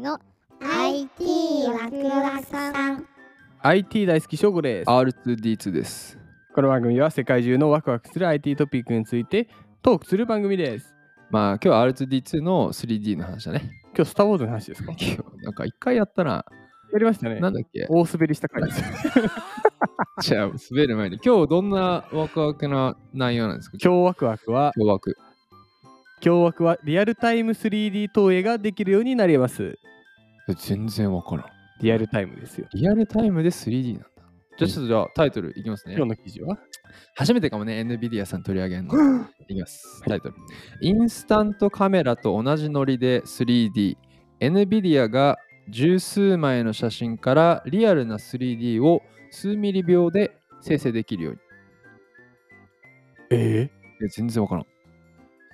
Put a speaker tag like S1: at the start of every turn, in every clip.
S1: の IT ワクワクさん
S2: IT 大好き翔吾です
S3: R2D2 です。
S2: この番組は世界中のワクワクする IT トピックについてトークする番組です
S3: まあ今日は R2D2 の 3D の話だね。
S2: 今日スターウォーズの話ですか
S3: 今日なんか一回やったな。
S2: やりましたね
S3: なんだっ け
S2: 大滑りした回です
S3: じゃあ滑る前に今日どんなワクワクな内容なんですか
S2: 今日ワクワクは
S3: 日ワク。
S2: 今日ワクはリアルタイム 3D 投影ができるようになります
S3: え全然わからん。
S2: リアルタイムですよ
S3: リアルタイムで 3D なんだ。じゃあちょっとじゃあタイトルいきますね
S2: 今。日の記事は
S3: 初めてかもね、NVIDIA さん取り上げるの。いきます。タイトル。インスタントカメラと同じノリで 3D。NVIDIA が十数枚の写真からリアルな 3D を数ミリ秒で生成できるように。
S2: え
S3: え全然わからん。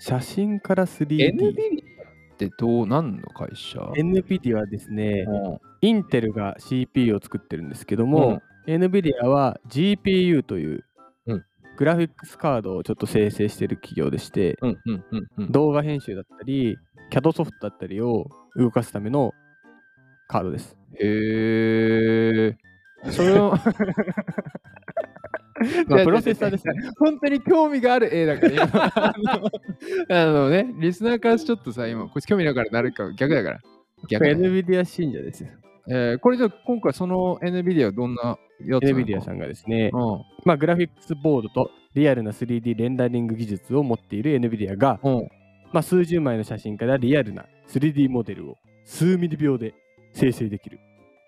S2: 写真から 3D
S3: NVIDIA ってどうなんの会社
S2: NVIDIA はですね
S3: も
S2: インテルが CPU を作ってるんですけど
S3: う
S2: も、NVIDIA は GPU という
S3: うん
S2: グラフィックスカードをちょっと生成してる企業でして、
S3: うんうんうんうん。
S2: 動画編集だったり CAD ソフトだったりを動かすためのカード です。
S3: へえ。それを
S2: まあ、プロセッサーですね。
S3: 本当に興味がある絵だから今あ のあのね、リスナーからちょっとさ、今、こっち興味ないからなるか逆だから。
S2: こ
S3: 逆だ
S2: れ
S3: から
S2: NVIDIA 信者ですよ。
S3: えーこれじゃあ今回その NVIDIA はどんなやつなの
S2: NVIDIA さんがですね、
S3: うん。
S2: まあ、グラフィックスボードとリアルな 3D レンダリング技術を持っている NVIDIA が、
S3: うん。
S2: まあ、数十枚の写真からリアルな 3D モデルを数ミリ秒で生成できる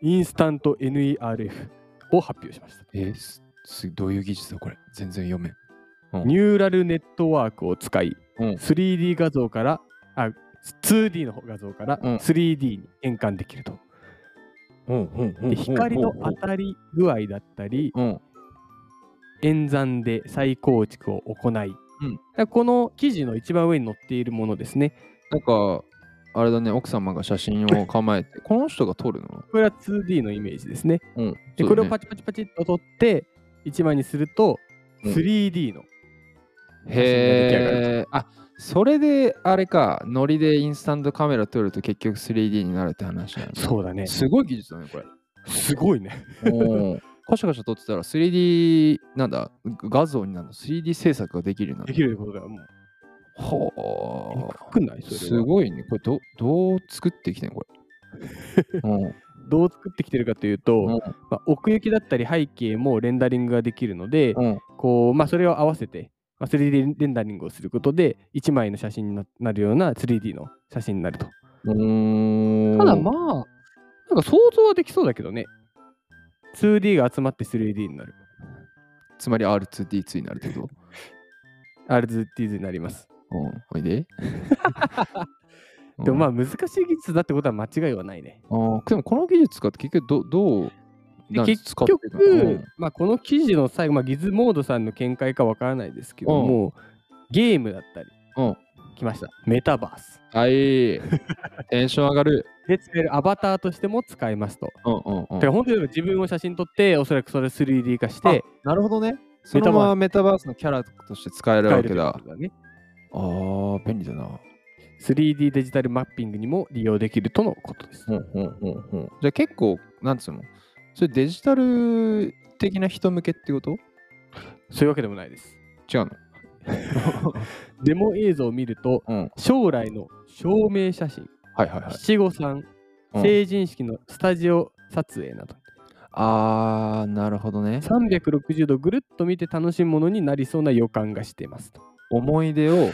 S2: インスタント NERF を発表しました。
S3: えーすすどういう技術だこれ全然読めん。
S2: ニューラルネットワークを使い、
S3: うん
S2: 3D 画像から、あ、2D の画像から
S3: うん
S2: 3D に変換できると。
S3: うんうんう
S2: で光の当たり具合だったり、
S3: うん。
S2: 演算で再構築を行い、
S3: うん
S2: だからこの記事の一番上に載っているものですね。
S3: なんか、あれだね、奥様が写真を構えて、この人が撮るの
S2: これは 2D のイメージですね。
S3: うん。
S2: でこれをパ
S3: チ
S2: チパチパチっと取って、1枚にすると、
S3: うん
S2: 3D の、
S3: へーあそれであれか、ノリでインスタントカメラ撮ると結局 3D になるって話なの、
S2: そうだね。
S3: すごい技術だね、これ。
S2: すごいね。
S3: おーカシャカシャ撮ってたら 3D なんだ画像になるの 3D 制作ができるようにな
S2: で
S3: る
S2: きることがもう、
S3: ほー
S2: くないそれは
S3: すごいねこれどどう作ってきてんのこ れうん
S2: どう作ってきてるかというと、
S3: うん
S2: まあ、奥行きだったり背景もレンダリングができるので、
S3: うん
S2: こうまあ、それを合わせて、まあ、3D レンダリングをすることで1枚の写真にななるような 3D の写真になると。
S3: うーん
S2: ただまあなんか想像はできそうだけどね 2D が集まって 3D になる
S3: つまり R2D2 になるってこと
S2: R2D になります。
S3: うんおいで
S2: でもま
S3: あ
S2: あ難しい技術だってことは間違いはないね。
S3: あーでもこの技術使って結局どどう
S2: で
S3: なん
S2: 結
S3: 使って
S2: 局
S3: いくのうん、
S2: まあ、この記事の最後、まあ、ギズモードさんの見解かわからないですけども、ゲームだったり
S3: うん、
S2: 来ましたメタバース。
S3: はいテンション上がる
S2: で使えるアバターとしても使えますと。
S3: うんうんうん
S2: てか本当に自分を写真撮って、おそらくそれを 3D 化し
S3: あ
S2: て
S3: なるほどねそのままメタバースのキャラとして使える
S2: 使え
S3: わ
S2: る
S3: け
S2: というこ
S3: だ
S2: とだね。
S3: あー便利だな
S2: 3D デジタルマッピングにも利用できるとのことです。
S3: うんうんうんうんじゃあ結構なんつうのそれデジタル的な人向けってこと
S2: そういうわけでもないです。
S3: 違うの
S2: デモ映像を見ると、
S3: うんはい
S2: 将来の証明写真、
S3: はいはい
S2: 七五三、
S3: うん
S2: 成人式のスタジオ撮影など、
S3: あーなるほどね
S2: 360度ぐるっと見て楽しむものになりそうな予感がしていますと。
S3: 思い出を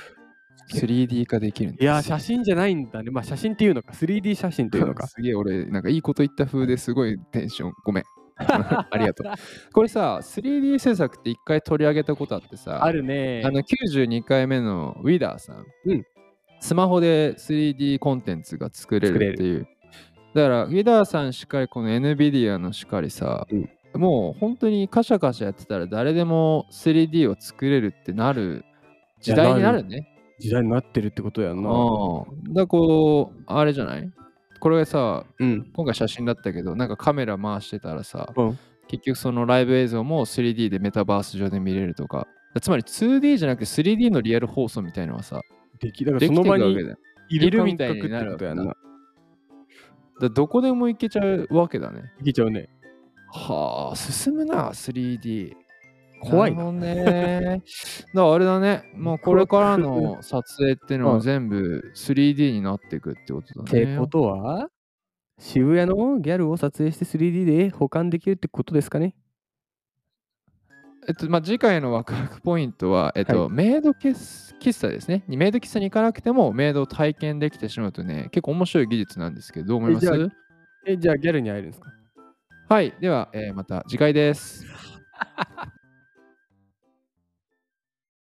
S3: 3D 化できるんです
S2: いやー、写真じゃないんだね。まあ、写真っていうのか、3D 写真というのか。
S3: すげえ俺なんかいいこと言った風ですごいテンションご めんありがとうこれさ 3D 制作って一回取り上げたことあってさ
S2: あるね
S3: あの92回目のウィダーさん、
S2: うん
S3: スマホで 3D コンテンツが作れ
S2: 作れ
S3: る
S2: る
S3: っていうだからウィダーさんしっかりこの NVIDIA のしっかりさ、
S2: うん
S3: もう本当にカシャカシャやってたら誰でも 3D を作れるってなる時代になるね
S2: 時代になってるってことやん
S3: うん
S2: な。
S3: だからこうあれじゃないこれがさ
S2: うん。
S3: 今回写真だったけどなんかカメラ回してたらさ、
S2: うん
S3: 結局そのライブ映像も 3D でメタバース上で見れるとかつまり 2D じゃなくて 3D のリアル放送みたいのはさ
S2: できだか
S3: で
S2: らそ
S3: きて
S2: の
S3: く
S2: 場
S3: わ
S2: に
S3: けだよ
S2: い
S3: い
S2: る
S3: る
S2: み
S3: み
S2: た
S3: た
S2: い
S3: い
S2: に
S3: に
S2: な
S3: な
S2: る
S3: る
S2: こ
S3: わ
S2: と
S3: け
S2: や
S3: だ
S2: な。
S3: だどこでも行けちゃうわけだね。
S2: いけちゃうね。
S3: はあ、進むな、3D。
S2: 怖いな
S3: なるほどね。 だからあれだね、もうこれからの撮影っていうの
S2: う
S3: は
S2: ん
S3: 全部 3D になっていくってこと
S2: っ
S3: だね。
S2: てことは、渋谷のギャルを撮影して 3D で保管できるってことですかね
S3: えっとまあ、次回のワクワクポイントは、えっと
S2: は
S3: メイド喫喫茶ですね。にメイド喫茶に行かなくてもメイドを体験できてしまうというね、結構面白い技術なんですけど、どう思いま
S2: えじゃ
S3: す
S2: え、じゃあギャルに会えるんですか
S3: はい、では、えーまた次回です。